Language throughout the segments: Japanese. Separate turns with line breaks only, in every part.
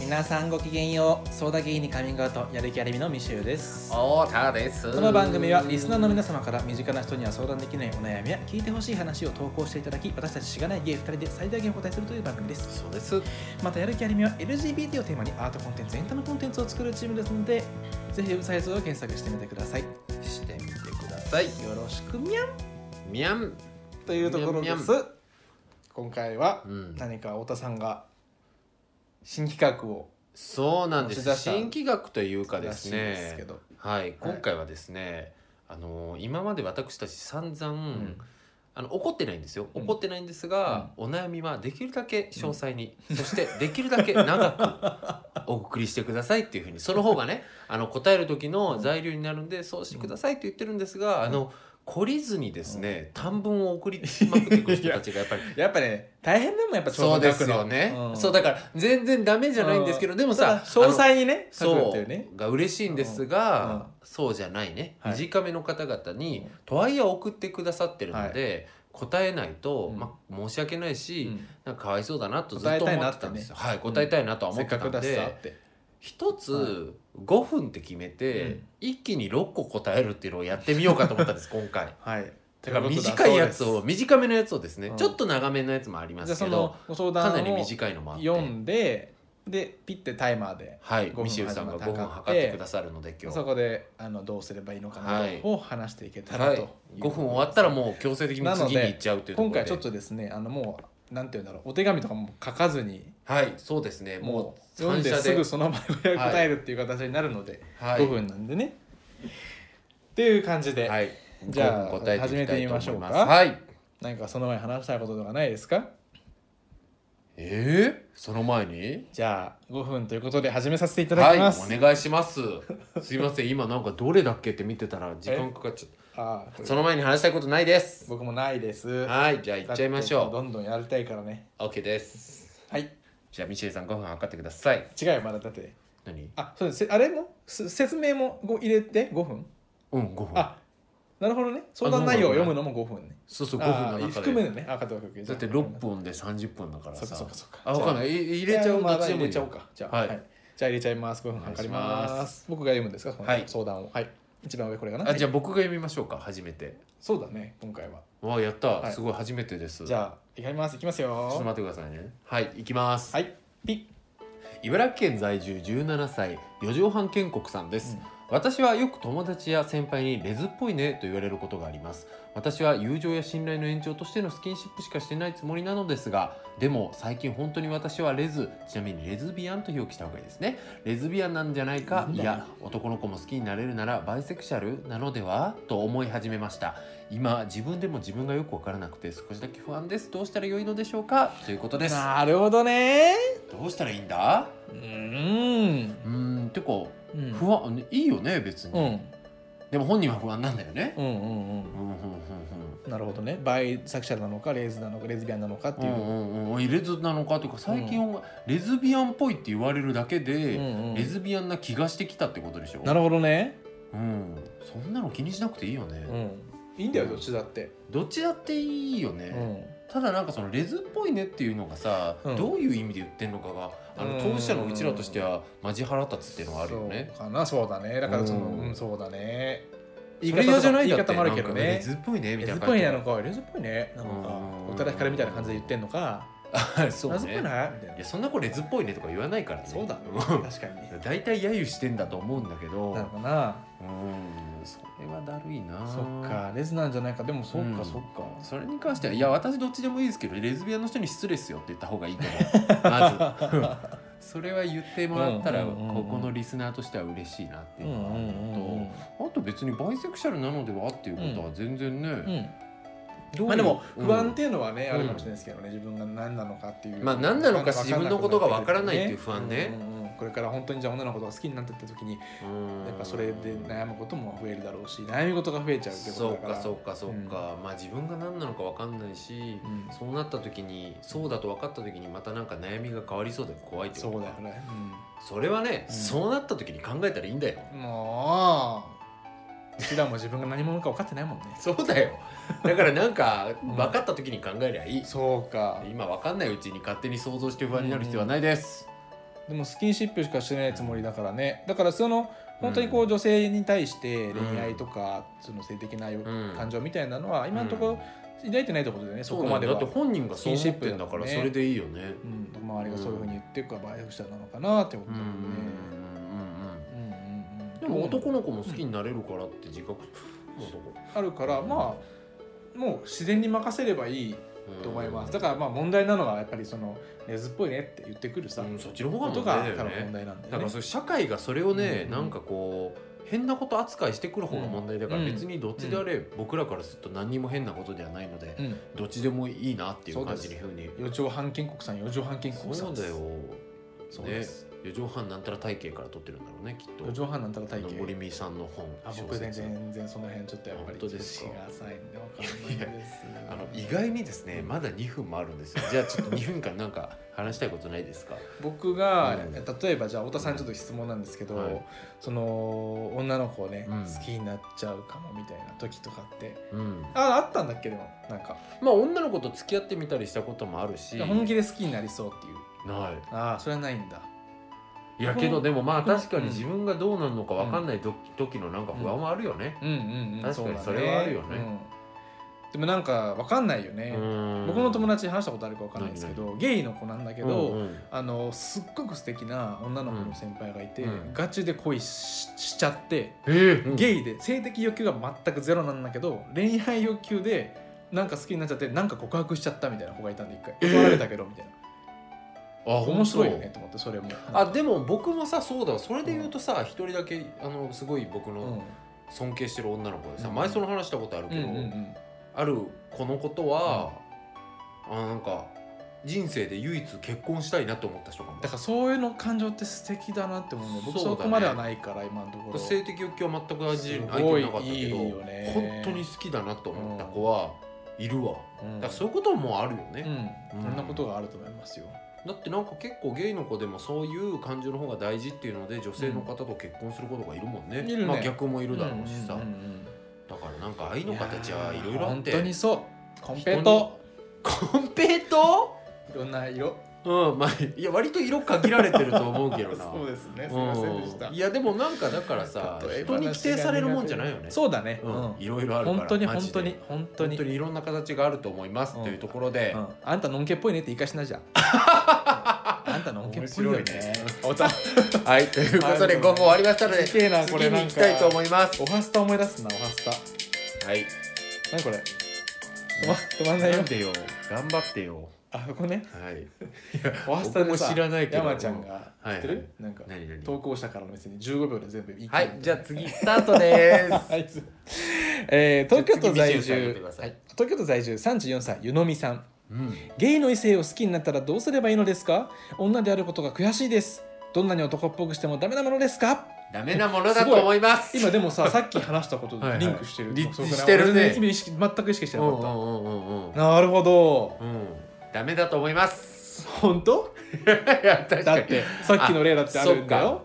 皆さんごきげんようソーダゲイにカミングアウトやる気ありみのミシューです
太田です
この番組はリスナーの皆様から身近な人には相談できないお悩みや聞いてほしい話を投稿していただき私たちしがないゲイ2人で最大限お答えするという番組です
そうです
またやる気ありみは LGBT をテーマにアートコンテンツエンタメコンテンツを作るチームですのでぜひウェブサイトを検索してみてくださいよ
してみてください
ろしくみゃん
みゃん
というところ
み
で
ゃんみ
す今回は
うん
何か太田さんが新企画を
そうなんで
持ち
す
出した
新企画というかです
らしいです
ね
けど
はい今回はですね、あの今まで私たち散々、あの怒ってないんですよ
うん
怒ってないんですが、お悩みはできるだけ詳細に、そしてできるだけ長くお送りしてくださいっていうふうにその方がねあの答える時の材料になるんでそうしてくださいって言ってるんですが、あの懲りずにですね、短文を送りまくってくる人たちがやっぱり
やっぱね大変でもやっ ぱ
そうですよね、そう
だ
だから全然ダメじゃないんですけど、でもさ
さ詳
あの
細にね書くっ
そ
ていうね
うが嬉しいんですが、
うんうん
そうじゃないね、
はい
短めの方々に、
うん
とはいえ送ってくださってるので、答えないと、
うん
まあ、申し訳ないし、
うん
なんかかわいそうだなとずっと思ってたんですよ。はい、答えたいなとは思
せ
っ
ってか
たん
くだしさ
で
って
一、つ5分って決めて、
うん
一気に6個答えるっていうのをやってみようかと思ったん です今回。
はい
だから短いやつを短めのやつをですね、
うん
ちょっと長めのやつもありま
じゃ
す
あそ
けど
のご相
か
談
なり
を
短いのもあって。
読んででピッてタイマーで
はい
5、分
ミシェルさんが
始
5
まった
分測ってくださるので今日
そこであのどうすればいいのかな
はい
を話していけた
は
ら
い
と、
5分終わったらもう強制的に次に行っちゃうというところ
今
で
回ちょっとですねあのもうなんて言うんだろうお手紙とかも書かずに
はいそうですね
も
も
う
う
読ん
反
で
射
す
で
ぐその場で答えるっていう形になるので、
はい
5分なんでねっていう感じで、
はい
じゃあ
5分答えていきたいと思
始めて
い
みま
ま
し
す
ょうか
はい
何かその前に話したいこととかないですか
えー、その前に
じゃあ5分ということで始めさせていただ
は
き
い
ます、
お願いしますすいません今なんかどれだっけって見てたら時間かかっちゃっ
ああ
たその前に話したいことないです
僕もないです
はいじゃあ行っちゃいまし
だって
ょ
どんどんやりたいからね
う OK です
はい
じゃあミシェルさん5分測ってください
違うよまだだって
何
あそうですせあれもす説明もご入れて5分
うん5分
あなるほどね相談内容を読むのも5分ね
そうそう5
あ
分の
ー
中
含め
で
るねあ分かった分かった
だって
じゃあ
6分で30分だから
そっか
さ
そっかそっか
あ分かんないい入れちゃう
まあ
どっちで
入
もい
れ
い
ちゃ
よ
おうか。じゃあ、
は
はいい。じゃあ入れちゃいます。5分測り
お願いし
ま。
ます
僕が読むんですかこの
はい
相談を。はい。一番上これかな。
あじゃあ
はい
僕が読みましょうか初めて
そうだね、今回は。
わあやった、
はい
すごい初めてです
じゃあ、いきます。いきます
ちょっと
よ。
待ってくださいねはい行きます、
はい。ピ
茨城県在住17歳四畳半建国さんです、
うん
私はよく友達や先輩にレズっぽいねと言われることがあります私は友情や信頼の延長としてのスキンシップしかしてないつもりなのですがでも最近本当に私はレズちなみにレズビアンと表記した方がいいですねレズビアンなんじゃないか
なん
い
だよ
や男の子も好きになれるならバイセクシャルなのではと思い始めました今自分でも自分がよくわからなくて少しだけ不安ですどうしたらよいのでしょうかということで
ッ
す
なるほどね。
どうしたらいいんだ
うーん。
うーんてか
うん
不安いいよね別に、
うん。
でも本人は不安なんだよね
う、んうん
うんうんうん
うん。なるほどね。バイ作者なのか、レイズなのか、レズビアンなのかって
う
い
ん
う。
うんうんレズなのかというか最近はレズビアンっぽいって言われるだけ
う
で、
んうん
レズビアンな気がしてきたってことでしょ
なるほどね。
うん、そんなの気にしなくていいよね、
うん。いいんだよ、どっちだって。
どっちだっていいよね、
うん。
ただなんかそのレズっぽいねっていうのがさ、
うん
どういう意味で言ってんのかがあ
う
の
ん
当事者のうちらとしてはマジ腹立つっていうのはあるよね
そうかな、そうだね。だからその、
うん
うん、そうだね。
そ
方
れ嫌じゃないんだ
言い
って
方もあるけど
なんか
ね
レ。ズっぽいねみ
レ
たいな
ズっぽ
感
い
じ
ねなのか、レズっぽいねなん
う
か
ん、
おたらからみたいな感じで言ってんのか、
そう
レズっぽ
ね
いねみたい
い
な
や。そんな子レズっぽいねとか言わないからね
そうだね、
うん
確か に。
大体揶揄してんだと思うんだけど
なのかな。
うんそれはだるいな
そっか、レズなんじゃないか。でもそっ
う
か、
ん
そっか。
それに関してはいや私どっちでもいいですけどレズビアンの人に失礼っすよって言った方がいいと思うま ずそれは言ってもらったら
う
こ
んうんうんうん
このリスナーとしては嬉しいなって
う
い
んう
うんのがある
うん
のとあと別にバイセクシャルなのではっていうことは全然ね、
うん。
どういう
まあでも不安っ
う
ていうのはね、
うん
あるかもしれないですけどね、自分が何なのかってい
ん
う。
まあ何なのか自分のことがわからないっていう
わ
不安
かんなくなってくる
ね
よね。うんうんうんこれから本当にじゃあ女の子が好きになってった時に
うん
やっぱそれで悩むことも増えるだろうし悩み事が増えちゃうってこと
そ
だ
う
か
からそうかそうか、まあ自分が何なのか分かんないし、
うん
そうなった時にそうだと分かった時にまたなんか悩みが変わりそうで怖いって
そ
こと
う
か
だよね、
それはね、
うん
そうなった時に考えたらいいんだ よ
うん、もううちらも自分が何者か分かってないもんね
そうだよだからなんか
うん
分かった時に考えりゃいい、
そうか
今分かんないうちに勝手に想像して不安になる必要はないです、
でもスキンシップしかしてないつもりだからねだからその本当にこう女性に対して恋愛とか、その性的なよ
ん
感情みたいなのは今のところ抱いてないってことだよね、そ
そ
こ
う
ま
なん
で
だよ
は
だって本人がそう思ってんだから
スキンシップだもんね
それでいいよね
うん、周りがそういうふうに言ってるからバイオ者なのかなってこと
うん
だ
うん
よね。うんうんう
う
ん
んうんでも男の子も好きになれるからって自覚
あるからまあもう自然に任せればいいと思いますだかららまあ問題なのはやっぱりそのレズっぽいねって言ってくるさ、
そっちの方が
こと
問題だ
が
よ
多分
ね
問題なん
だ
だよ
か
ね
ら。それ社会がそれをね、
うん
なんかこう変なこと扱いしてくる方が問題だから、
うん
別にどっちであれ、僕らからすると何にも変なことではないので、
うん、
どっちでもいいなっていう感じのふうに
四畳半建国さん四畳半建国さ
そ
ん
う
です
だよ
そうです、
四畳半なんたら体系から取ってるんだろうねきっと
四畳半なんたら
あ
体
の
型
森美さんの本
あ僕
小
ね
説
全然その辺ちょっとやっぱり
本当ですか
知識が浅いんでわかんないです
あの意外にですねまだ2分もあるんです よじゃあちょっと2分間なんか話したいことないですか
僕が、
うん
例えばじゃあ太田さんにちょっと質問なんですけど、
はい
その女の子をね、
うん
好きになっちゃうかもみたいな時とかって
うん
ああったんだっけどなんか
まあ女の子と付き合ってみたりしたこともあるし
本気で好きになりそうっていう
ない
ああそれはないんだ
いや
うん
けどでもまあ確かに
うん
自分がどうなるのか分かんない時時のなんか不安はあるよね。
うんうんうん
確かに
うだね
それはあるよね
うんでもなんかわかんないよね、僕
僕
の友
達
達に話したことあるかわかんないですけどゲイの子なんだけ
け
ど、あのすっごく素敵な女の子の先輩がいて、
うん
ガチで恋ししちゃって、
ええ
ゲイで性的欲求が全くゼロなんだけど恋愛欲求でなんか好きになっちゃってなんか告白しちゃったみたいな子がいたんで一回
えー
断られたけどみたいな、
あ
面白いよね。と思ってそれも
本当あでも僕もさそうだわそれで言うとさ一人だけあのすごい僕
う
の
ん
尊敬してる女の子でさ
うん
前その話したことある
う
け
んう
ど
んうん
ある子のことはあなんか人生で唯一結婚したいなと思った人かも
だ。からそういうの感情って素敵だなって思うね僕
そうだ
そ
ね
こまではないから今のところ
性的欲求は全く感じ相
す
手
ご
に
い
なかったけど
いいよね
本当に好きだなと思った子はいるわ。
うん
だからそういうこともあるよね。
うん、
うん
そんなことがあると思いますよ、
だってなんか結構ゲイの子でもそういう感情の方が大事っていうので女性の方と結婚することがいるもんね,、
いるね
まあ逆もいるだろうしさ、
んんん
だからなんか愛
う
の
ん
形はいろい
やー
ろあっ
本
て
当にそうコンペイト
人にコンペイト
いろんな色
うんまあいや割と色限られてると思うけど な
そうですねす
う
みませんでした
んいやでもなんかだからさ
例え
人
話
に
が
規定されるもんじゃないよね
そうだね、
うん
うん
いろいろあるから
本当に
マ
本
ジで
当に本当
本
に
当にいろんな形があると思います、というところで、
うん、あんたのんけっぽいねって言い返し なじゃんあんたのんけっぽいよね
面白いね
おた
はいということで
ありがとうございます
今後終わりましたので
きれいなこれ
次に
な
行
んか
きたいと思います
おはスタ思い出すなおはスタ
はい
何これ止ま止まんない
な
よ
んでよ頑張ってよ
あここね
はい
おはスタ
僕
で
も
さ
知らないけど
山ちゃんが
はい
知ってる、
はい
なんか
何何
投稿者からの目線に15秒で全部言い切
は
る
いじゃあ次スタートです
あいつえー、東京都在
じゃあ次見せて
住、
くださ
はいい、東京都在住34歳湯飲みさん
うん
ゲイの異性を好きになったらどうすればいいのですか女であることが悔しいですどんなに男っぽくしてもダメなものですか
ダメなものだと思います
今で もささっき話したこと
はいはい
とリンクしてる
リンク
そうかな
してるね
俺全然意識全く意識して
う
なん
う
かっ
ん
た、
うんうんうん
なるほど
うんダメだと思います
本当
いや確
だ
か
っ
に
てさっきの例だってあるんだよ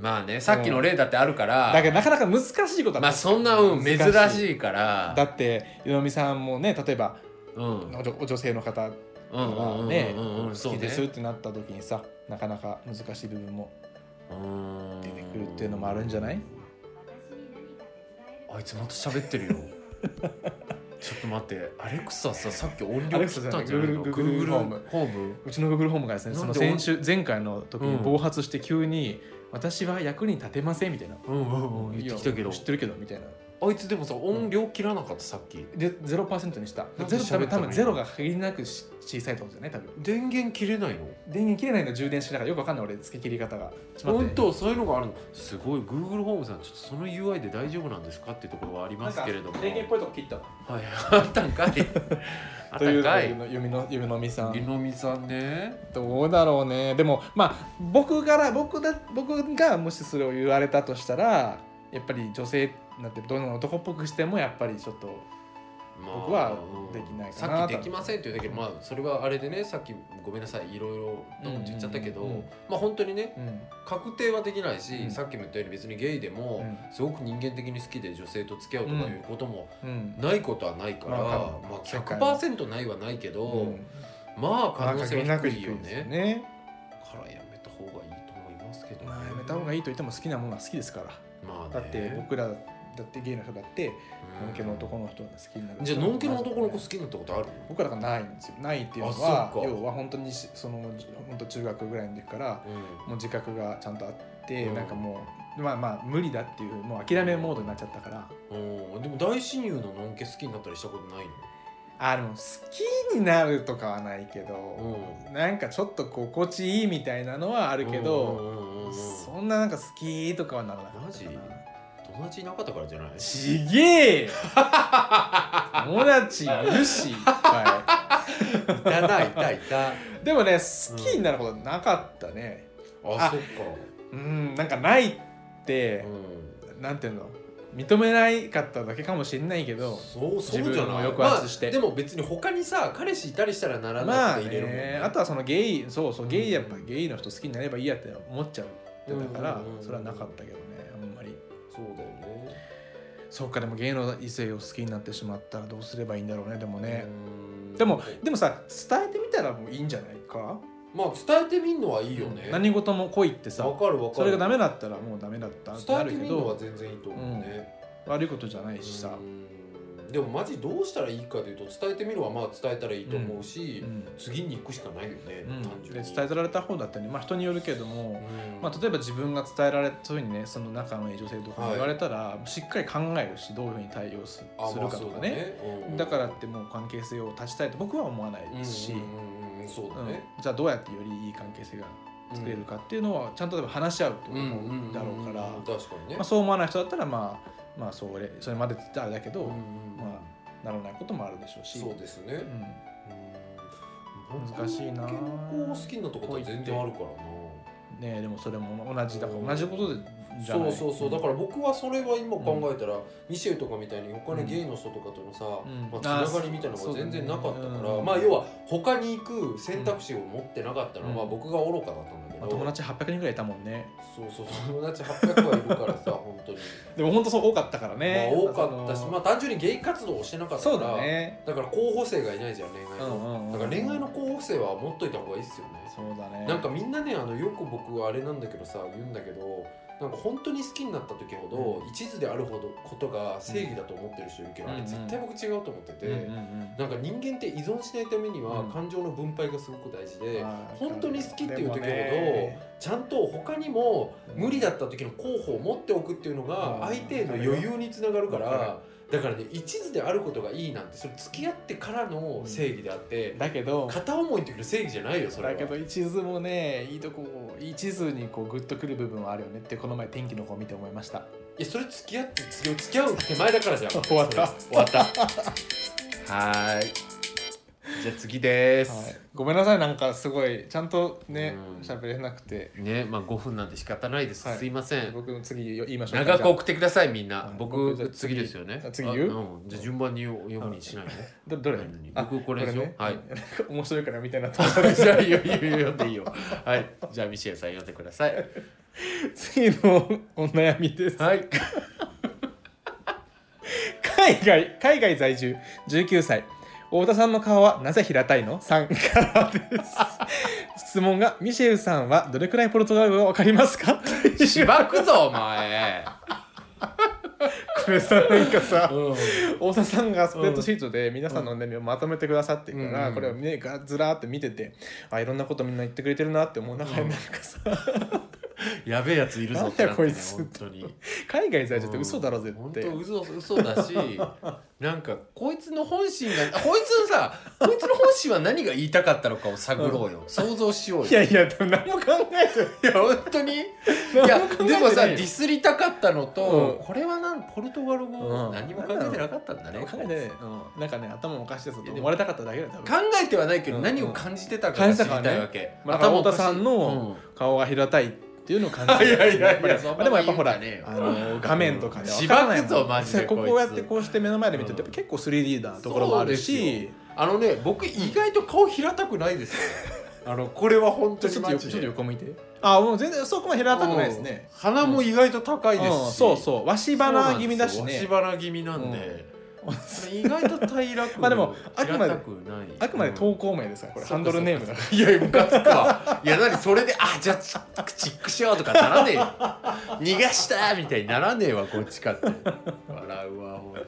まあねさっきの例だってあるから
だけどなかなか難しいことは
まあそんなうん珍
難
しいから
だって湯飲みさんもね例えば
うん
お女お女性の方
うんうんうん
ね
うんうんうん
好
そう
き
ね
ですってなった時にさなかなか難しい部分も
うん
出てくるっていうのもあるんじゃない
あいつまた喋ってるよ ちょっと待ってアレクサささっき音
ア
量
レク
切
サじ
っ
ゃな
た
い
んじゃないの
Google-
Google
Google
ホームホーム
うちの Google ホームがですねそ
なん
の
で
先週前回の時に
うん
暴発して急に私は役に立てませんみたいな、
うんうんうん
い
言
や
ってきたけど
知ってるけどみたいな
あいつでもさ音量切らなかったさっき
で0%にした
なんで
ゼロ多
喋
分
った
多
の
分ゼロが限りなくし小さいってことじゃない多分
電源切れないの
電源切れないの充電しながらよくわかんない俺付け切り方がちょっと待
本
って
当そういうのがあるのすごい Google ホームさんちょっとその UI で大丈夫なんですかっていうところはありますけれども
なんか電源っぽいとこ切ったわ
はい あったん かいあっ
と
た
い
ん
う
か
の
い
が夢の夢のみさん
湯飲みさんね
どうだろうねでもまあ僕から僕だ僕がもしそれを言われたとしたらやっぱり女性なんてどんな男っぽくしてもやっぱりちょっと
ま
僕はできないかな
さっきできませんって言うだけど、まあ、それはあれでねさっきごめんなさいいろいろどうもって言っちゃったけど、
うんうんうんうん
まあ本当にね
うん
確定はできないし、
うん
さっきも言ったように別にゲイでも、
う
すごく人間的に好きで女性と付き合うとかいうことも
うん
ないことはないから、
うん
ま
わかる
あ、100%ないはないけど、
うん
まあ可
まあ
能性
限りな
は
く
低
低い
いよ
よ
ね。
ね。
からやめた方ですけど、
まあやめた方がいいと言っても好きなものは好きですから
まあ
だ
ね
って僕らだってゲイの人だって
うん
のんけの男の人が好きになる
じゃあのんけの男の子好きになったことある
僕らがないんですよないっていうの
あ
は
そっか
要は本当にしその本当中学ぐらいの時から
う
もう自覚がちゃんとあって、
うん
なんかもうまあまあ無理だっていうもう諦めモードになっちゃったから
ん、うん、でも大親友ののんけ好きになったりしたことないの
あでも好きになるとかはないけど、
う
なんかちょっと心地いいみたいなのはあるけど、
うんうんうんうん
そんななんか好きとかはならなかった
マジ友達いなかったからじゃない
ちげえよ友達い るしいっぱ
いたないたいたあ
いでもね好きになることなかったねあ
そっか
うんなんかないって
う、ん
なんていうの認めないかっただけかもしれないけど
そうそうじゃ
自分
な
を
い
抑圧して
まあでも別に他にさ彼氏いたりしたらなら
ま
な
あ
くて入れるもん
ねあとはそのゲイそうそう
うん
ゲイやっぱゲイの人好きになればいいやって思っちゃうってだから
うんうんうん
それはなかったけどねあんまり
そうだよね
そっかでもゲイの異性を好きになってしまったらどうすればいいんだろうねでもね
うん
でもでもさ伝えてみたらもういいんじゃないか
まあ伝えてみんのはいいよね
何事も恋ってさ
わかるわかる
それがダメだったらもうダメだったって
伝
な
え
る
て
け
みるのは
ど
全然いいと思うね、
悪いことじゃないしさ
うん、でもマジどうしたらいいかというと伝えてみるはまあ伝えたらいいと思うし、
うん
次に行くしかないよね、
うん
単純
で
に
伝えられた方だったりまあ人によるけども
うん
まあ、例えば自分が伝えられそういうふうにねその仲のいい女性とかに言われたら、しっかり考えるしどういうふうに対応する
あ
するかと
まあそ
かね,、
うだねうん
だからってもう関係性を断ちたいと僕は思わないですし、
う
うんん
うんうん、そうだね、
じゃあどうやってよりいい関係性が作れるかっていうのはちゃんと多分話し合うと
うんうん
思
ん
うだろうから、
ん
ま
確かにね、
あ、そう思わない人だったらまあまあそれそれまでって言ったらあれだけど、
うんうん
まならないこともあるでしょうし
そうですね
う、ん
うん
難しいな
僕も健康好きになったことは全然あるからな
ねえでもそれも同じだから同じことでじゃな
そ
いう
そうそうだから僕はそれは今考えたら、ミシェルとかみたいに他のゲイの人とかとのさ、
うん
まあ、つながりみたいなのが全然なかったから、まあ要は他に行く選択肢を持ってなかったのは、
うん
僕が愚かだったんだけ
ま
ど、
あ、友達800人ぐらいいたもんね
そうそう友達800はいるから さ本当に、
でも本当そう多かったからね、
まあ多かったし
その
まあ単純にゲイ活動をしてなかった
そ
か
うだ
ら
ね
だから候補生がいないじゃん恋愛の、
うんうんうん
だから恋愛の候補生は持っといた方がいいっすよね
そうだね
なんかみんなねあのよく僕はあれなんだけどさ言うんだけどなんか本当に好きになった時ほど、
う
一途であるほどことが正義だと思ってる人いるけど、あ
うん
れ
うん
絶対僕違うと思ってて、
うんうんうん
なんか人間って依存しないためには
うん
感情の分配がすごく大事で、
あー
本当に好きっていう時ほど、
でもね
ちゃんと他にも
うん
無理だった時の候補を持っておくっていうのが
うん
相手への余裕につながるから、
わか
だからね一途であることがいいなんてそれ付き合ってからの正義であって、
だけど
片思いの時の正義じゃないよそれは。
だけど一途もねいいとこ一途にこうグッとくる部分はあるよねってこの前天気の子見て思いました
いやそれ付き合って付き合う手前だからじゃん
終わった
それ終わったはーいじゃあ次で
はい、ごめんなさいなんかすごいちゃんとね
うん
喋れなくて
ねまあ5分なんて仕方ないです、
はい
すいません
僕の次言いましょうか
長く送ってくださいみんな、
はい僕
僕
じゃあ
次ですよね
あ次言う
あうん、じゃあ順番に読むようにしないで、ね、
どどれ
何
あ
僕これでしょはい
面白いからみたいなと思った
じゃあいいよいいよいいよでいいよはいじゃあミシェルさん読んでください
次のお悩みです
はい
海外海外在住19歳太田さんの顔はなぜ平たいの ?3 からです質問がミシェルさんはどれくらいポルトガル語がわかりますかという
しばくぞお前
これさなんかさ
うん
太田さんがスプレッドシートで皆さんのお悩みをまとめてくださってるから、
うん
これをねがずらーって見ててあいろんなことみんな言ってくれてるなって思う中でなんかさ、
やべえやついるぞってなって
なんだよこい
ね
つ
本当に
海外在住って嘘だろ絶
本
対、
当嘘嘘だ しなんかこいつの本心がこいつのさこいつの本心は何が言いたかったのかを探ろうよ、想像しようよ
いやいやでも何も考えてない
いや本当にいや
何も考えてない
でもさディスりたかったのと、
うん
これはなんポルトガル語、
うん
何も考えてなかったんだね、
考えてない、うん、なんかね頭おかしいやつだ
いや
と
でも
思われたかっただけだよ多分
考えてはないけど
うん
何を感じてたかが知りたいわけ、
まあ、
頭
太
おか
田
しい
さんの顔が平たいっていうのを感じ
いやいやいや
っぱり
そんな
まあでもやっぱほら
言うんじゃ
あ
ねえよ
の画面とかで
し
分
ばく
からないもん
ぞマジで
こ
こいつ
うやってこうして目の前で見て
うん
て、やっぱ結構 3D なところもある
そうです
し
よあのね僕意外と顔平たくないですよあのこれは本
ち
当
ょ
に
っと
マ
よ
ジ
ちょ
で
っと横向いてあもう全然そこまで平たくないですね
うん鼻も意外と高いですし、
うんそうそうわ
そ
し
うなんで
花
すよ
気味だしね
わし花気味なんで、それ意外と平らく
まあでもあくまで
平たくない
あくまで投稿名ですからこれ
そ
ハ
うか
ンドルネームだか
いやムカつくわいや何それであじゃあチックチックしようとかならねえよ逃がしたーみたいにならねえわこっちかって笑うわほんと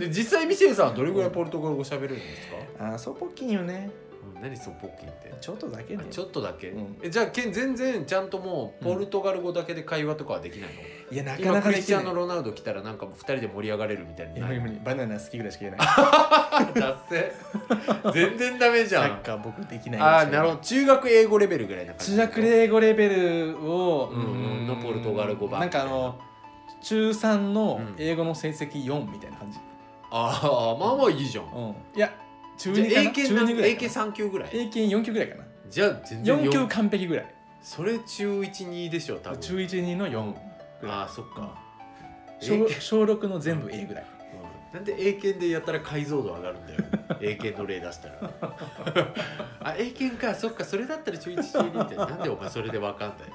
で実際ミシェルさんはどれぐらいポルトガル語喋れるんですか、
らあーそうポッキンよね
うん、何そのポッキンって
ちょっとだけ
あ
ね
ちょっとだけ、
うん
えじゃあけん全然ちゃんともうポルトガル語だけで会話とかはできないの、
いやなか
今
な
ク
か
リ
で
ス
き
チャ
な
ー
い
ノ・ロナウド来たらなんかもう2人で盛り上がれるみたい
い
に
や
な
無理
る
無理バナナ好きぐらいしか言えな い
達成全然ダメじ
サ
ゃ
ッ
ん
カー僕できないんですよ
ああなるほど中学英語レベルぐらいな感じ
中学英語レベルを、
うんうんのポルトガル語版
なんかあの中3の
うん
英語の成績4みたいな感じ、
ああまあまあいいじゃん
うんいや中
じゃ
2
あ
か
英
な
検
中
なん
2ぐらい
英
か
検
な
3級ぐらい
英検4級ぐらいかな
じゃあ全然
4級
四
完璧ぐらい
それ中12でしょ多分
中12の4ぐらい
ああそっか英
小
検
小6の全部 A ぐらい
うんなんで英検でやったら解像度上がるん だよ英検の例出したらあ英検かそっかそれだったら中1中2ってなんでお前それで分かんない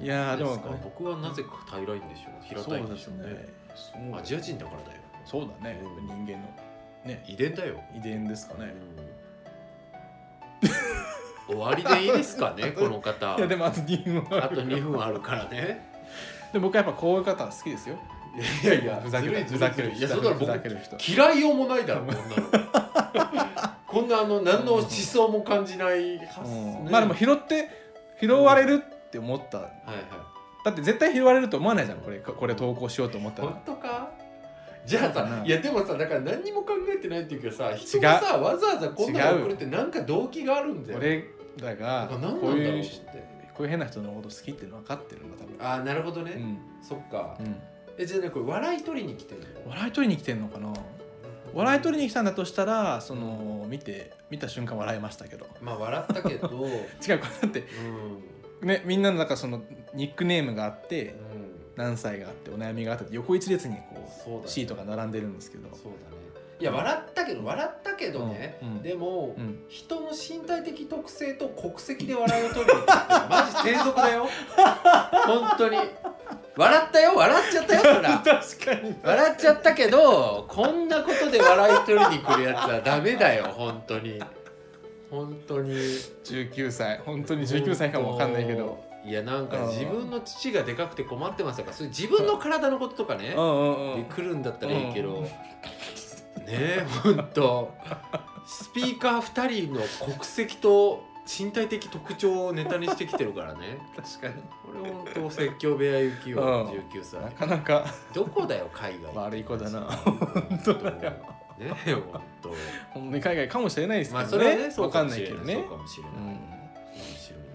いやーでも
すか僕はなぜか平らいんでしょう平たいんでしょうね
そう
アジア人だからだよ
そうだね
うん
人間のね
遺伝だよ
遺伝ですかね
うん終わりでいいですか ねこの方
いやでもあと2分
あと2分あるからね
で僕はやっぱこういう方好きですよ
いやいや
ふざける
ず
ふ
る
ざ
いず
け
る
る
い
人
いやそんなの
ふざけ
僕
る人
嫌いようもないだろこんなのこんなあの何の思想も感じない発想
うん
ね
まあでも拾って拾われるって思っただ
はいは
って絶対拾われると思わないじゃんこれここれ投稿しようと思っ
い
たら
本当かじゃあ
そうか
さ
ない
やでもさだから何にも考えてないっていうけどさ人がさわざわざこんなの送るってなんか動機があるんだよ
俺らが
なんか何
こ
な
うん
だろ
いうう
と思って
こういう変な人のこと好きっていうの分かってるんだ多分
ああなるほどね、
うん
そっか
うん
えじゃあねこれ笑い取りに来てるの
笑い取りに来てんのかな笑い取りに来たんだとしたらその見て見た瞬間笑いましたけど
まあ笑ったけど、 うん、
違うこれだってねみんなのなんかそのニックネームがあって
うん
何歳があってお悩みがあってって横一列にこ
そうだね
うシートが並んでるんですけど
そうだねいや笑ったけど笑ったけどね、
うんうん
でも、
うん
人の身体的特性と国籍で笑いを取るのって マジ低俗だよ本当に笑ったよ笑っちゃったよそ ら
確かに
笑っちゃったけどこんなことで笑い取りに来るやつはダメだよ本当に本当に
19歳本当に19歳かも分かんないけど
いやなんか
うん
自分の父がでかくて困ってますとかそういう自分の体のこととかね
う、んうんう
で
ん
来るんだったらいいけど、
うん
ねえほんとスピーカー2人の国籍と身体的特徴をネタにしてきてるからね
確かに
これほんと説教部屋行きよ
うん
19歳
なかなか
どこだよ海外
悪い子だな
本当だよねえほん と
本当に海外かもしれないですけ
ま
ど
あそ
ね,、
れはねそう
分
か
か
も
んな
し
い
れ
け
な
ど
い
ね
そうかもしれない、
う
面
ん
白いね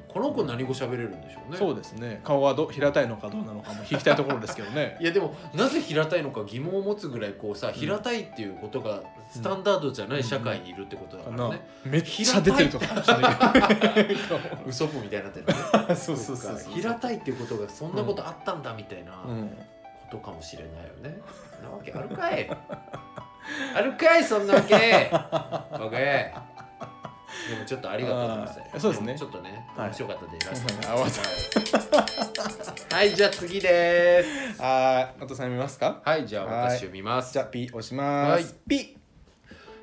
この子何語喋れるんでしょうね
そうですね顔はど平たいのかどうなのかも聞きたいところですけどね
いやでもなぜ平たいのか疑問を持つぐらいこうさ平たいっていうことがスタンダードじゃない社会 にいるってことだか
からな
ね、
めっちゃ出てるとかもしれないけど
ウソップみたいになってるね
そうそうそう
っか平たいっていうことがそんなことあったんだみたいな
う
こ
ん
とかもしれないよね、そんなわけあるかいあるかいそんなわけ僕でもちょっとありがとうございま
あ
した
ーそうですね
ちょっとね
はい
面白かったんでいらして
あわざ
はい、はい、じゃあ次です
あーあとさん見ますか
はいじゃあ
はい
私を見ます
じゃあピ押します、
はい
ピ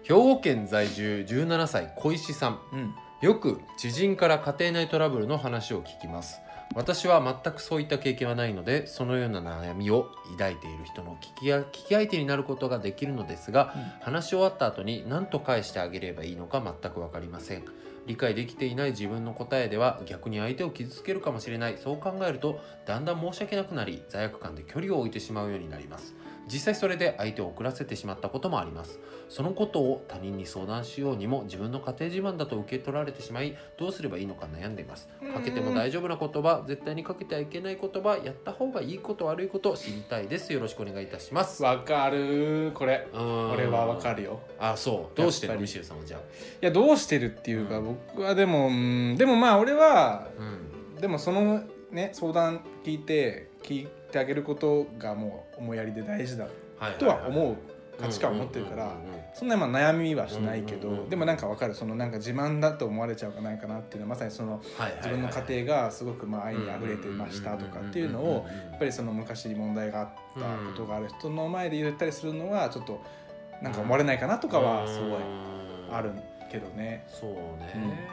兵庫県在住17歳小石さん
うん
よく知人から家庭内トラブルの話を聞きます私は全くそういった経験はないのでそのような悩みを抱いている人の聞きや聞き相手になることができるのですが、話し終わった後に何と返してあげればいいのか全く分かりません理解できていない自分の答えでは逆に相手を傷つけるかもしれないそう考えるとだんだん申し訳なくなり罪悪感で距離を置いてしまうようになります実際それで相手を遅らせてしまったこともありますそのことを他人に相談しようにも自分の家庭自慢だと受け取られてしまいどうすればいいのか悩んでいますかけても大丈夫な言葉絶対にかけてはいけない言葉やった方がいいこと悪いこと知りたいですよろしくお願いいたします
わかるこれこ
俺
れはわかるよ
あそうどうしてん
やっ
の
ぱ
ミ
り
シェルさんはじゃあ
いやどうしてるっていうか、
うん
僕はでもうんでもまあ俺は
うん
でもそのね相談聞いて聞いてあげることがもう思いやりで大事だ
はいいい
とは思う価値観を持ってるか
う
ら、
んうんうんうん
そんなまあ悩みはしないけど、
うんうんうん
でもなんかわかるそのなんか自慢だと思われちゃうかないかなっていうのはまさにその
はいはいはい
自分の家庭がすごくまあ愛にあふれてましたとかっていうのを
うんうんうんうん
やっぱりその昔問題があったことがある人の前で言ったりするのはちょっとなんか思われないかなとかはすごいあるけどね。
そうね、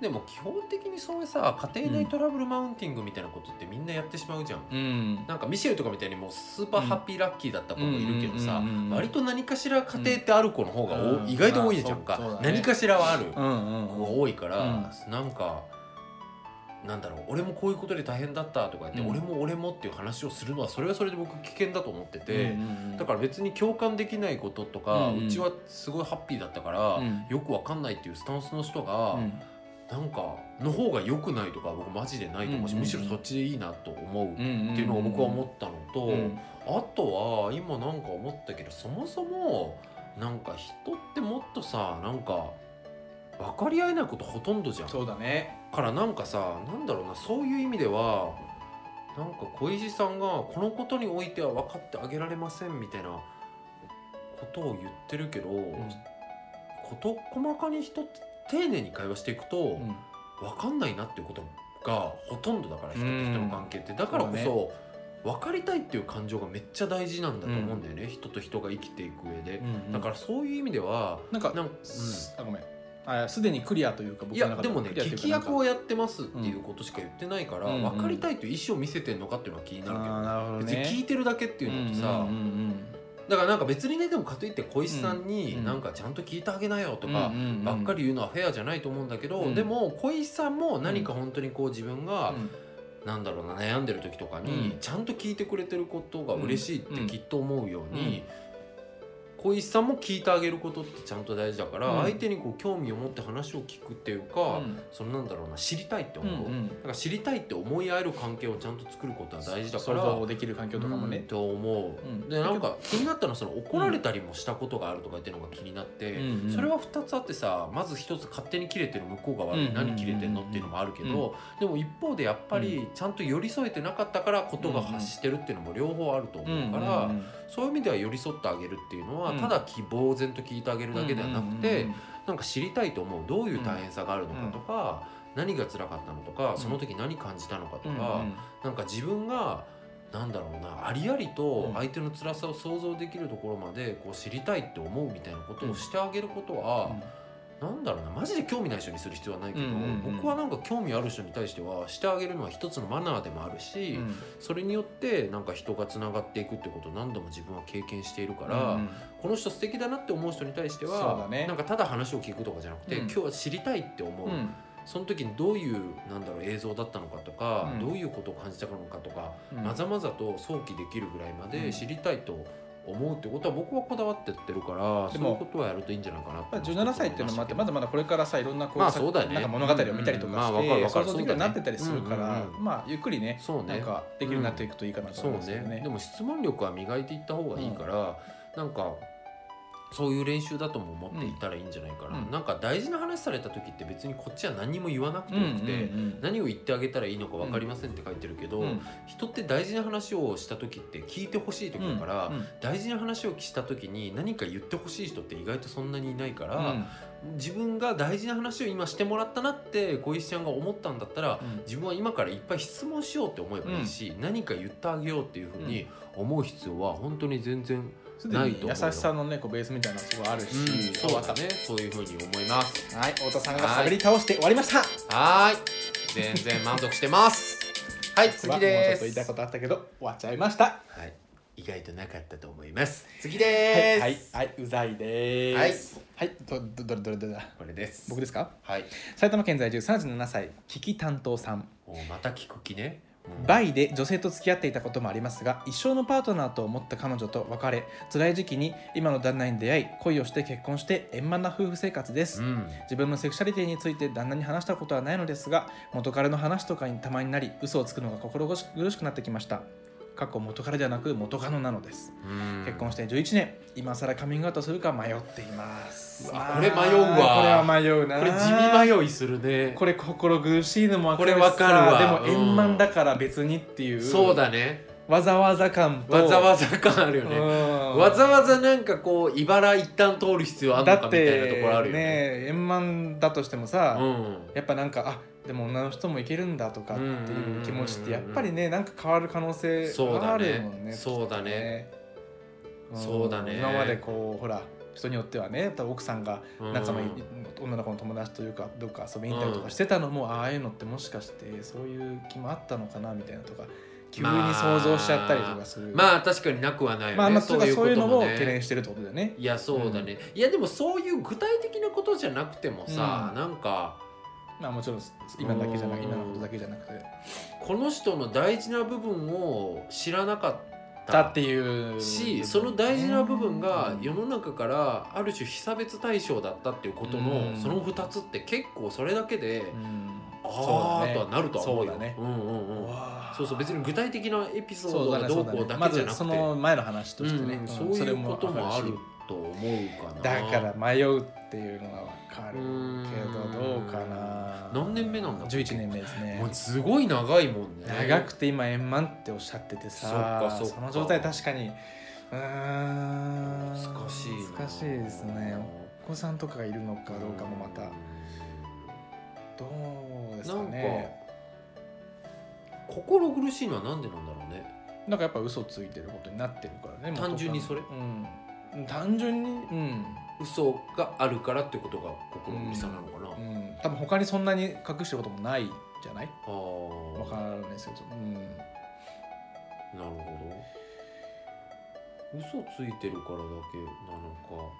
でも基本的にそういうさ家庭内トラブルマウンティングみたいなことってみんなやってしまうじゃん、
うん、
なんかミシェルとかみたいにもうスーパーハッピーラッキーだった子もいるけどさ、
うんうんうんうん
割と何かしら家庭ってある子の方が多い、
うん
意外と多いじゃんか、
まあそうそうだね
何かしらはある
う
子
んうん
が多いから、なんかなんだろう俺もこういうことで大変だったとか言って、
うん
俺も俺もっていう話をするのはそれはそれで僕危険だと思ってて、
うんうんうん
だから別に共感できないこととか、
う
うん
うん
ちはすごいハッピーだったから、
うん
よくわかんないっていうスタンスの人が、
うん
なんかの方が良くないとか僕マジでないと思うし、
うんうんうん
むしろそっちでいいなと思う
うん
っていうのを僕は思ったのと、
うん
あとは今なんか思ったけどそもそもなんか人ってもっとさなんか分かり合えないことほとんどじゃん。
そうだね。
からなんかさなんだろうなそういう意味ではなんか小石さんがこのことにおいては分かってあげられませんみたいなことを言ってるけど、事細かに人って丁寧に会話していくと、
うん
分かんないなっていうことがほとんどだから人と人の関係ってだからこ
そ
そ分かりたいっていう感情がめっちゃ大事なんだと思うんだよね、人と人が生きていく上で、だからそういう意味では
なんか
なんか、
あごめんあすでにクリアというか
うん
僕
い
の
や
中
で
は
もね
クリアというか
劇
なんか
役をやってますっていうことしか言ってないから、
うん
分かりたいという意思を見せてるのかっていうのは気になるけど、
あーなるほどね
別に聞いてるだけっていうのとさ、
うんうんうん
だからなんか別にねでもかといって小石さん
うんう
に
ん
なんかちゃんと聞いてあげなよと
うん
か
うんうん
ばっかり言うのはフェアじゃないと思うんだけど、
うん
でも小石さんも何か本当にこう自分が、
うん
なんだろうな悩んでる時とかに、
うん
ちゃんと聞いてくれてることが嬉しいって
うん
きっと思うように、小石さんも聞いてあげることってちゃんと大事だから、
うん
相手にこう興味を持って話を聞くっていうか、そのなんだろうな知りたいって
うん
思う、
うんうん
だから知りたいって思い合える関係をちゃんと作ることは大事だから。
想像できる環境とかも
うん
ね。
と思う、
うん
でなんか気になったのはその怒られたりもしたことがあるとかっていうのが気になって、それは2つあってさまず1つ勝手に切れてる向こうが悪い、
うん
何切れてんのっていうのもあるけど、でも一方でやっぱりちゃんと寄り添えてなかったからことが発してるっていうのも両方あると思うから、そういう意味では寄り添ってあげるっていうのは、
うん
ただ希望然と聞いてあげるだけではなくて、
うんうんうん
なんか知りたいと思うどういう大変さがあるのかとか、何が辛かったのとか
ん
その時何感じたのかとか、
うん
なんか自分がなんだろうなありありと相手の辛さを想像できるところまでこう知りたいって思うみたいなことをしてあげることは、なんだろうなマジで興味ない人にする必要はないけど、
うんうんうん
僕はなんか興味ある人に対してはしてあげるのは一つのマナーでもあるし、
うん
それによってなんか人がつながっていくってことを何度も自分は経験しているから、
うん
この人素敵だなって思う人に対して
そう
は、
だね
なんかただ話を聞くとかじゃなくて、
うん
今日は知りたいって思う、
うん
その時にどういうなんだろう映像だったのかとか、
うん
どういうことを感じたのかとか、
うん
まざまざと想起できるぐらいま
うん
で知りたいと思うってことは僕はこだわってってるから
で
そう
も
いうことはやるといいんじゃないかな
まあ、17歳っていうのもあってまだまだこれからさいろんなこう
まあそうだよね
なんか物語を見たりとか
うんうんまあわかる
して
わか
想
る
像できるようになってたりするか
そうだ
ら
ねうんうんう
まあゆっくりね
そう
なん
ね
かできるようになっていくといいかなと
そう
思いますよ
ね
ね
で。も質問力は磨いていった方がいいから、なんかそういう練習だとも思っていたらいいんじゃないかな、
うん
なんか大事な話された時って別にこっちは何も言わなくて
うんうん
よくて、
うん
何を言ってあげたらいいのか分かりませんって書いてるけど、
うん
人って大事な話をした時って聞いてほしい時だから、
うん
大事な話をした時に何か言ってほしい人って意外とそんなにいないか
う
ら、
ん
自分が大事な話を今してもらったなって小石ちゃんが思ったんだったら
うん
自分は今からいっぱい質問しようって思えばいいし、何か言ってあげようっていうふうに思う必要は本当に全然、
すでに優しさのねこうベースみたいなのすごいあるし、
そうだねそういうふうに思います
はい太田さんが喋り倒して終わりました
はーい全然満足してます はい次
もうちょ
で
っと言いたい
す
ことあったけど終わっちゃいましたは
はい意外となかったと思います次
い
で
はい
す、
はいうざいですはいどどどれどれどれだ
これです
僕ですか
はい
埼玉県在住37歳危機担当さん
おまた聞く気ね
バイで女性と付き合っていたこともありますが一生のパートナーと思った彼女と別れ辛い時期に今の旦那に出会い恋をして結婚して円満な夫婦生活です、
うん
自分のセクシャリティについて旦那に話したことはないのですが元彼の話とかにたまになり嘘をつくのが心苦しくなってきました過去元彼ではなく元カノなのです
うん
結婚して11年今更カミングアウトするか迷っています
うわこれ迷うわ
これは迷うな
これ地味迷いするね
これ心苦しいのもわかるし
これわかるわ
でも円満だから別にっていう
そうだね
わざわざ感と
わざわざ感あるよね、
うん
わざわざなんかこう茨一旦通る必要あんの
だ
か
っ
みたいな
て
ところあるよね
ね円満だとしてもさ、
うん
やっぱなんかあでも女の人もいけるんだとかっていう気持ちってやっぱりねなんか変わる可能性
そう
が
だ
ある
ね
もんね。
そうだね
ん
そうだね
今までこうほら人によってはねやっぱ奥さんが
うん
仲間に、女の子の友達というかどっか遊びに行ったりとかしてたのも、ああいうのってもしかしてそういう気もあったのかなみたいなとか急に想像しちゃったりとかする。
まあ確かになくはないよね、
まあまあそ
そうう
か
いうこ
そういうの
と
も
も
懸
ね
念してるってことだよね。
いやそうだね、いやでもそういう具体的なことじゃなくてもさ、
うん
なんか
まあもちろん今だけじゃなく
うん
今のことだけじゃなくて。
この人の大事な部分を知らなかった
だっていう
しその大事な部分が
うん
世の中からある種被差別対象だったっていうことの、
うん
その2つって結構それだけで、
うん
ああ、
そうだね
とはなるとは思うよ
そうだね
んうんうんそうそう別に具体的なエピソー
そ
ド
うだ
が
ね
ど
そううだ
こ
ね
うだ
ま
けじゃ
ず
なくて、
その前の話としてね、
うんうん
ん
そういうこともあ
それ
る
も
と思うかな
わかるしだから迷うっていうのはわかる
うん
けどどうかな
何年目なんだ
11年目ですね
もうすごい長いもんね
長くて今円満っておっしゃっててさ
そっかそっか
の状態確かにうーん
難しいな
難しいですねお子さんとかがいるのかどうかもまたどうですかね
なんか心苦しいのはなんでなんだろうね
なんかやっぱ嘘ついてることになってるからね
単純にそれ
うん単純にうん
嘘があるからってことが心苦しさなのかな、
うん、多分他にそんなに隠してることもないじゃない
あー
わからないですけど、うん、
なるほど嘘ついてるからだけなのか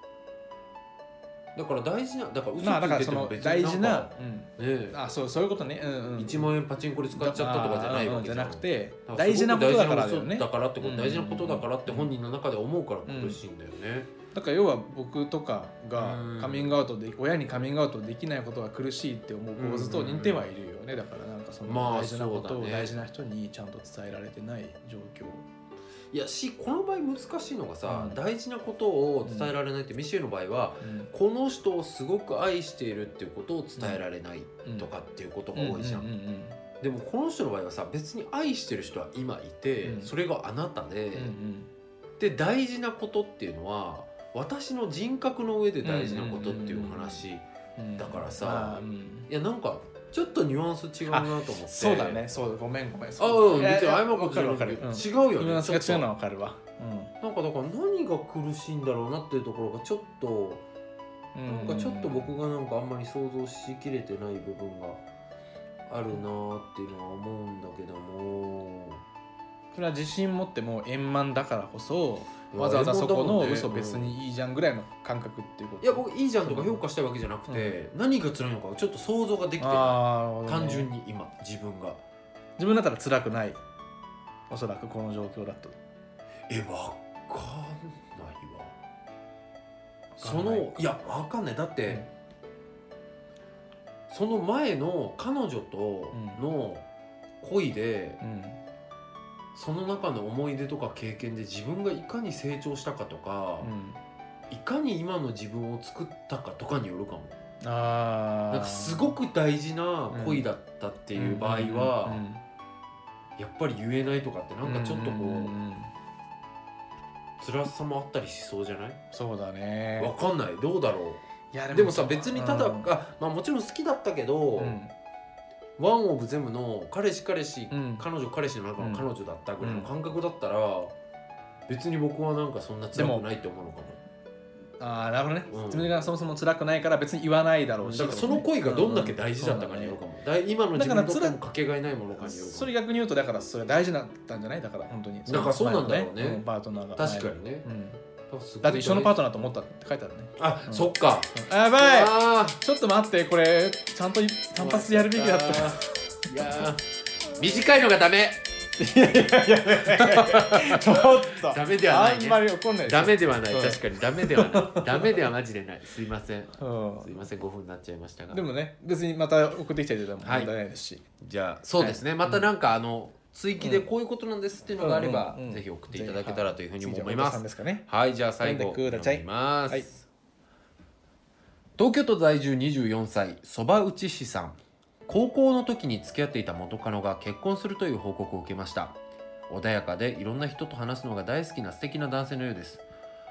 だから大事なだから嘘つ
まあだか
い
ら
て
そ
ても
の
別にな
大
んか
事な、う
ね
んあそうそういうことね、うんうん、
1万円パチンコで使っちゃったとかじゃないわけ
じゃ
じゃ
なんくて
だから
大事なことだからだよ
すごく大事なことだから
ね
ってこと、
うん
大事なことだからって本人の中で思うから苦しいんだよね、
だから要は僕とかが
うん
カミングアウトで親にカミングアウトできないことが苦しいって思う構図と
うん
認定はいるよねだからなんかその
まあ
大事なこと
そう
を
だね
大事な人にちゃんと伝えられてない状況
いやしこの場合難しいのがさ、
うん
大事なことを伝えられないって、ミシェルの場合は
うん
この人をすごく愛しているっていうことを伝えられないとかっていうことが多いじゃん、
うんうんうん
でもこの人の場合はさ別に愛してる人は今いて、
うん
それがあなたで、
うんうん
で大事なことっていうのは私の人格の上で大事なことっていう話、い
うん
だからさ
まあうん
やなんかちょっとニュアンス違うなと思って
そうだね、そうごめんごめん。
あうん
いや
別に
いや
謝ることじゃな
わ
くて
かるわかる。
違うよね、
うんニュアンスが
ちょ
違
っ
う
と
のはわかるわ。
なんかだから何が苦しいんだろうなっていうところがちょっと、
うん。
なんかちょっと僕がなんかあんまり想像しきれてない部分があるなーっていうのは思うんだけども
それは自信持ってもう円満だからこそ、わざわざそこの嘘別
うん
にいいじゃんぐらいの感覚っていうこと。
いや僕いいじゃんとか評価したいわけじゃなくて、何が辛いのかちょっと想像ができてな
あー
い
なるほどね
単純に今自分が
自分だったら辛くない。おそらくこの状況だと。
えわかんないわそ
わかんない
のいやわかんないだって、その前の彼女との恋で、
うん。
その中の思い出とか経験で自分がいかに成長したかとか、
うん。
いかに今の自分を作ったかとかによるかも
ああ。
なんかすご
っ
く大事な恋だったって
て
いう場合は、やっぱり言えないとかってなんかちょっとこう、辛さもあったりしそうじゃない
そうだね。
わかんないどうだろ
いや
うでもさ別にただ、
うん
あまあもちろん好きだったけど、
うん
ワンオブゼムの彼氏彼氏、
うん
彼女彼氏の中
うん
の彼女だったぐらいの感覚だったら、別に僕はなんかそんな辛くないって思うのかも
ああなるほどね、
うん
自分がそもそも辛くないから別に言わないだろうし
だからその恋がどんだけ大事だったかによるかも、だい今の自分にとってもかけがえないもの
うん
かによる
そ
か
れ逆に言うとだからそれ大事だったんじゃないだから本当に
だからそうなんだろうね
その前のパートナー
も
が
確かにね、
うん、
だからすごい
だって一緒のパートナーと思ったって書いてあるね
あ、
うん
そっか
あやばい
あ
ちょっと待ってこれちゃんと単発でやるべきだった
たいやー短いのがダメ
ちょっと
ダメではないね
あんまり怒んないです
ダ、メではない
うん
確かにダメではないダメではマジでないすいませんすいうません5分になっちゃいましたが
ん、でもね別にまた送ってきちゃいても問題ないですし、
じゃあそうですね、またなんかあの追記でこういうことなんですっていうのがあれば、
うんうんうん
ぜひ送っていただけたらというふうにも思い
次じゃあお
ま
父
す
さんですかね
はいじゃあ最後
読んでください
読みます、
はい
東京都在住24歳そば打ち師さん高校の時に付き合っていた元カノが結婚するという報告を受けました穏やかでいろんな人と話すのが大好きな素敵な男性のようです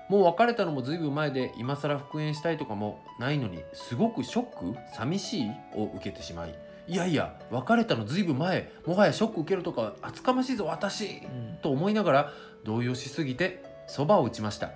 もう別れたのも随分前で今更復縁したいとかもないのにすごくショック寂しいを受けてしまいいやいや別れたの随分前もはやショック受けるとか厚かましいぞ私と思いながら動揺しすぎてそばを打ちました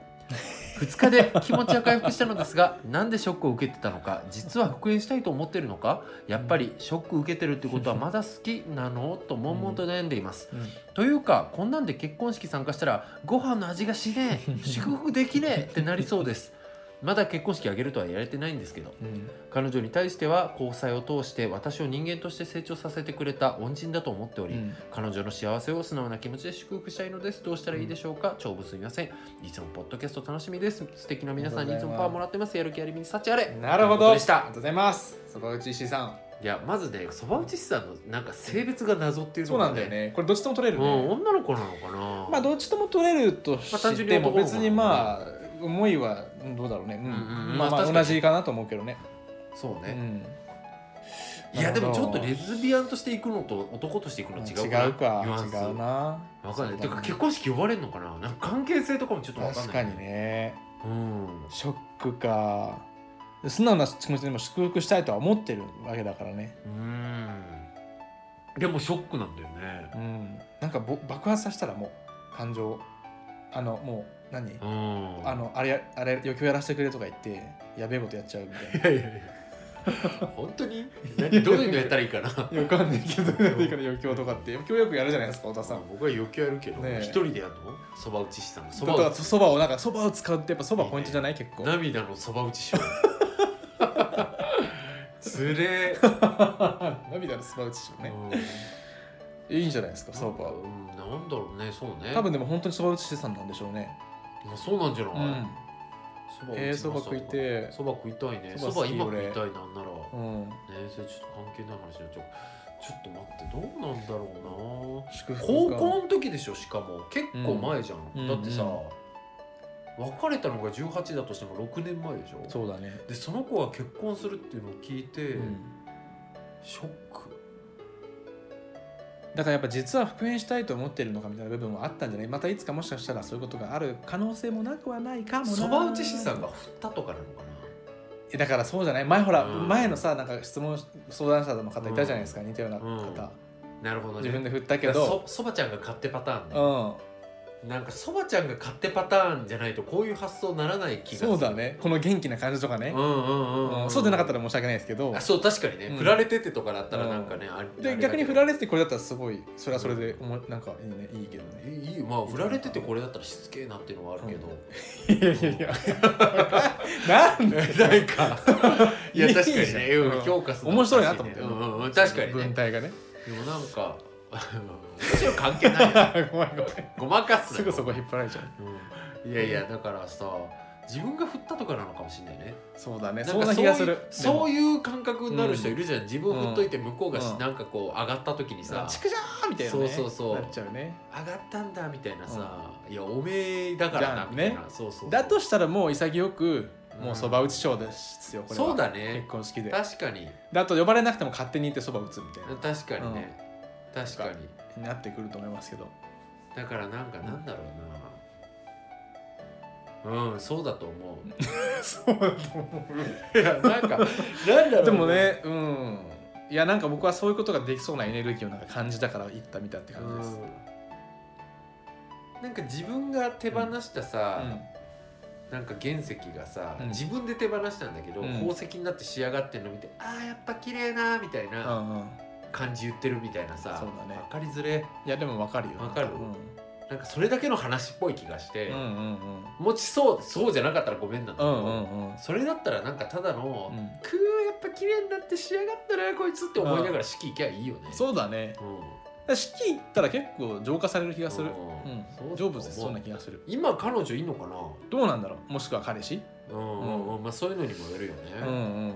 2日で気持ちは回復したのですがなんでショックを受けてたのか実は復縁したいと思ってるのかやっぱりショック受けてるってことはまだ好きなのと悶々と悩んでいます
うん
というかこんなんで結婚式参加したらご飯の味がしねえ祝福できねえってなりそうですまだ結婚式あげるとはやれてないんですけど
うん
彼女に対しては交際を通して私を人間として成長させてくれた恩人だと思っており、
うん
彼女の幸せを素直な気持ちで祝福したいのですどうしたらいいでしょうか、長文すみませんいつもポッドキャスト楽しみです素敵な皆さんにいつもパワーもらってますやる気ありみに幸あれ
なるほ
ということで
ど
し
ありが
た
とうございますそば打ち石井さん
いやまずねそば打ち師さんのなんか性別が謎っていうの
そう
が
なんだよねこれどっちとも取れる
う
ね
ん、女の子なのかな
まあどっちとも取れると
まあ単
し
純に
ても
男の子
別にまあ思いはうんどうだろうね、うん
うんうん
まあ、ま
まあ確か
あ同
に
じかなと思うけどね、
そう
う
ね、
ん、
いやでも
な
ち
る
ょ
ほ
っ
ど
とレズビアンとしていくのと男としていくの違
違
うかな
うか
ニュアンス
違うな
わかんない
そ
て
うだ
か
ね
結婚式呼ばれるのかななんか関係性とかもちょっとわかん
確
な
か
い
にね
うん
ショックか素直な気持ちでも祝福したいとは思ってるわけだからね、
うんでもショックなんだよね
うん、なんかぼ爆発させたらもう感情をあのもう何、
うん
あのあれやあれ余興やらせてくれとか言ってやべえことやっちゃうみたい
いやいやいや本当に何どういうのやったらいいかな
なよくわか んないけどいいから余興とかって余興よくやるじゃないですか太田さん
僕は余計やるけど
ねえ
一人でやるのそば打ち師さんのそ
そ
ば
ば
打
を
ち
そばをなんかそばを使うってやっぱそばポイントじゃない結構
涙のそば打ち師匠つれえ
涙のそば打ちしよね
うん
いいんじゃないですかそばは
うんなんだろうねそうね
多分でも本当にそば打ちしてたんなんでしょうね
まあそうなんじゃない、
うん
そば
えーそば食いて
そば食いたいね
そば
そ
好
ば
き
今食
俺
いたいなんなら、ね
うん
それちょっと関係ない話になっちゃうちょっと待ってどうなんだろうな
祝福か
高校の時でしょしかも結構前じゃん、
うん
だってさ、
うん
別れたのが18だとしても6年前でしょ
そうだね
でその子が結婚するっていうのを聞いて、
うん
ショック
だからやっぱ実は復縁したいと思ってるのかみたいな部分もあったんじゃないまたいつかもしかしたらそういうことがある可能性もなくはないかもな
そば打ち師さんが振ったとかなのかな
えだからそうじゃない前ほら、
うん
前のさなんか質問相談者の方いたじゃないですか、似たような方、
なるほどね
自分で振ったけ
だから
ど
そそばちゃんが勝手パターンね、
うん
なんかそばちゃんが勝手パターンじゃないとこういう発想ならない気がする
そうだねこの元気な感じとか
う
ね
ん、うんうん、う、
うんんそうでなかったら申し訳ないですけど
あそう確かにね、
うん
振られててとかだったらなんかね、あれあ
で
れ
逆に振ら
れ
れててこれだったらすごいそれはそれでおもなんかいいねいいけどね
いいまあ振られててこれだったらしつけえなっていうのはあるけど、
いやいやいやなんで
なんかいや
いい
確か
じゃん
にね、うん
うん
評価するの
面白いなと思って
うんうんうん、確かに
文
ね
体 がね
でもなんか面白い関係ないよ
ごめんごめん
ごまかすな
すぐそこ引っ張られちゃう
うんいやいやだからさ自分が振ったとかなのかもしれないね
そうだね
なん
そん
かそ
な
う
気
い
が
う
する
そう
い
い
う
う感覚になる人いるじゃん、自分振っといて向こうがし、
うん
なんかこう上がった時にさ、
ちくじゃーみたいなね
そうそうそう
なっちゃうね
上がったんだみたいなさ、いやおめえだからなみ
じ
た
ゃ
い
んね
な、そうそうそう
だとしたらもう潔くもうそば
打
打ち賞ですよこれは
そうだ
結
ね
婚式で
確かに
だと呼ばれなくても勝手に行ってそば打つみたい
確かにね、確かに
ななってくると思いますけど
だからなんかなんだろうなうん、そうだと思う
そうだと思
いやなんかなんだろう
でもねうんいやなんか僕はそういうことができそうなエネルギーをなんか感じたから行ったみたいって
う
感じです、
んなんか自分が手放したさ、なんか原石がさ、
うん
自分で手放したんだけど、
うん
宝石になって仕上がってるの見てあーやっぱ綺麗なみたい
うん
な
うんうん
感じ言ってるみたいなさ、
そうだね
分かりづれ
いやでもわかるよ
わかる
うん
なんかそれだけの話っぽい気がして、
うんうん
持ちそうそうじゃなかったらごめんなんだ
う
けど、
んうんうんうん
それだったらなんかただの、
うん
くーやっぱ綺麗になって仕上がったなこいつって思いながら式行きゃいいよね。
そうだね
うん、
だから式行ったら結構浄化される気がす
う
る
んそうだと
う
思
ん
う
成仏しそうな気がする
今彼女いんのかな
どうなんだろうもしくは彼氏
うんうんうん、まあそういうのにもよるよね。
うんうんう
なる
ん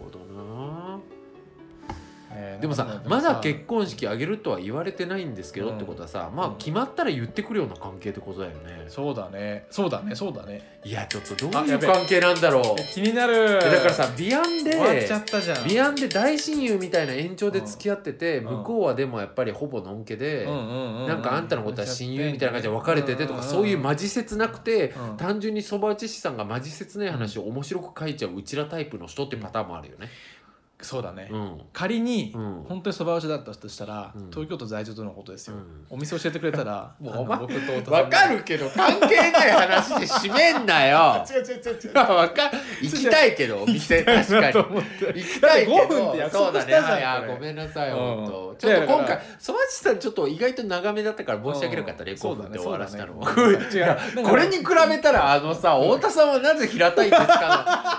ほどな。
えね
でも
なん
さ
で
まだ
結
結婚式あげるとは言われてないんですけどってことはさ、まあ決まったら言ってくるような関係ってことだよね
そうだねそうだねそうだね
いやちょっとど
あ
うい
や
う
べえ
関係なんだろう
気になる
えだからさビアンで
終わっちゃったじゃん
ビアンで大親友みたいな延長で付き合ってて、
うん
向こうはでもやっぱりほぼのんけで、な
なん
かあんたのことは親友みたいな感じで別れててとか、そういうマジ切なくて、単純にそば打ち師さんがマジ切ない話を面白く書いちゃううちらタイプの人ってパターンもあるよね。
そうだね、
うん。
仮に、
うん
本当にそば打ちだったとしたら、
うん
東京都在住とのことですよ、
うん
お店教えてくれたら
もう
あの
お前
僕と太田さん
わかるけど関係ない話で締めんなよ
違う違う違う違う
わか行きたいけどお店確かに
と思って
行きたいけど
だって5分って約束したじゃん
そうだねはいあ
これ
ごめんなさい
うん
本当ちょ
いや
っと
だから
今回そばちさんちょっと意外と長めだったから申し訳なかったね
そ
5
うだ
分
ね
で終わらせたの
そう だね違うなんか
これに比べたらあのさ太田さんはなぜ平たいん ですかの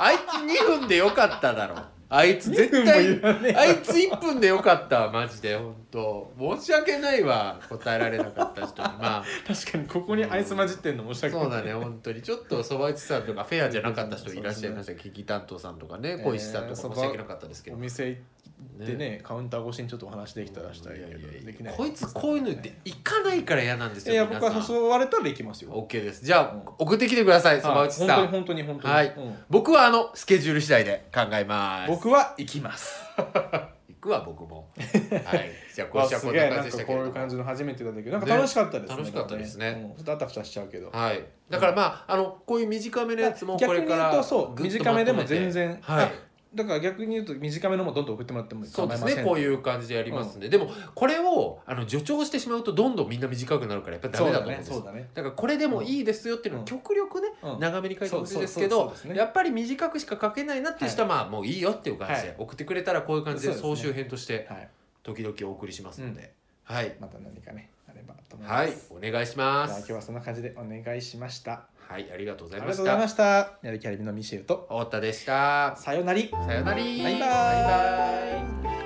あいつ2分でよかっただろあいつ絶
2分も言わね
対
えよ
あいつ1分でよかったわマジで本当申し訳ないわ答えられなかった人にまあ
確かにここにアイス混じってんの申し訳ない
そうだね本当にちょっとそば打ちさんとかフェアじゃなかった人いらっしゃいましたけど危機担当さんとかね
ー
小石さんとか
そ
申
ば
し訳なかったですけ
お
ど
店行ってねカウンター越しにちょっとお話できたらしたいけど
やいやいや
できない
こいつこういうのって行かないから嫌なんです
い
よ
や
皆
僕
さん
は誘われたら行きますよ
OK ですじゃ
うん
あ送ってきてくださいそば打ちさ
はい
ん
本当に本当に本当に、
はい
うん
僕はあのスケジュール次第で考えます
僕は行きます
行くわ僕 もはいじゃあ今週は
わす
こん
げ
な
え
感
な
じ
ん
で
か
した
こ
け
う
れ
い
ど
う
も
感じの初めてだったけどなんか楽しかったですね
ね楽しかったですね
なんかうんちょっとあたふたしちゃうけど
はいだからまああのこういう短めのやつもこれか
逆に言
ら
うとそう
ぐっと
短めでも
まとて
全然
はい
だから逆に言うと短めのもどんどん送ってもらっても
そ
構
う
いま
で
せん
すねこういう感じでやりますんで、でもこれをあの助長してしまうとどんどんみんな短くなるからやっぱりダメだと思うんです
そう
よ
だねそうだね
だからこれでもいいですよっていうのを極力ね、
うん
長めに書いてほしいですけ
そう
ど
そうそうそうですね
やっぱり短くしか書けないなっていう人はまあもういいよっていう感じ
は
で送ってくれたらこういう感じで
そう
総
ですね
集編として
はい
時々お送りしますので、はい、
また何かねあればと思います
はい、お願いしま
じゃあ今
す
日はそんな感じでお願いしました
はいありがとうご
あ
ざい
り
ま
がとう
し
ございま
た
したやる気ありみのミシェルと
太田でした
さよなり
さよなら
バイバイ
バイバイ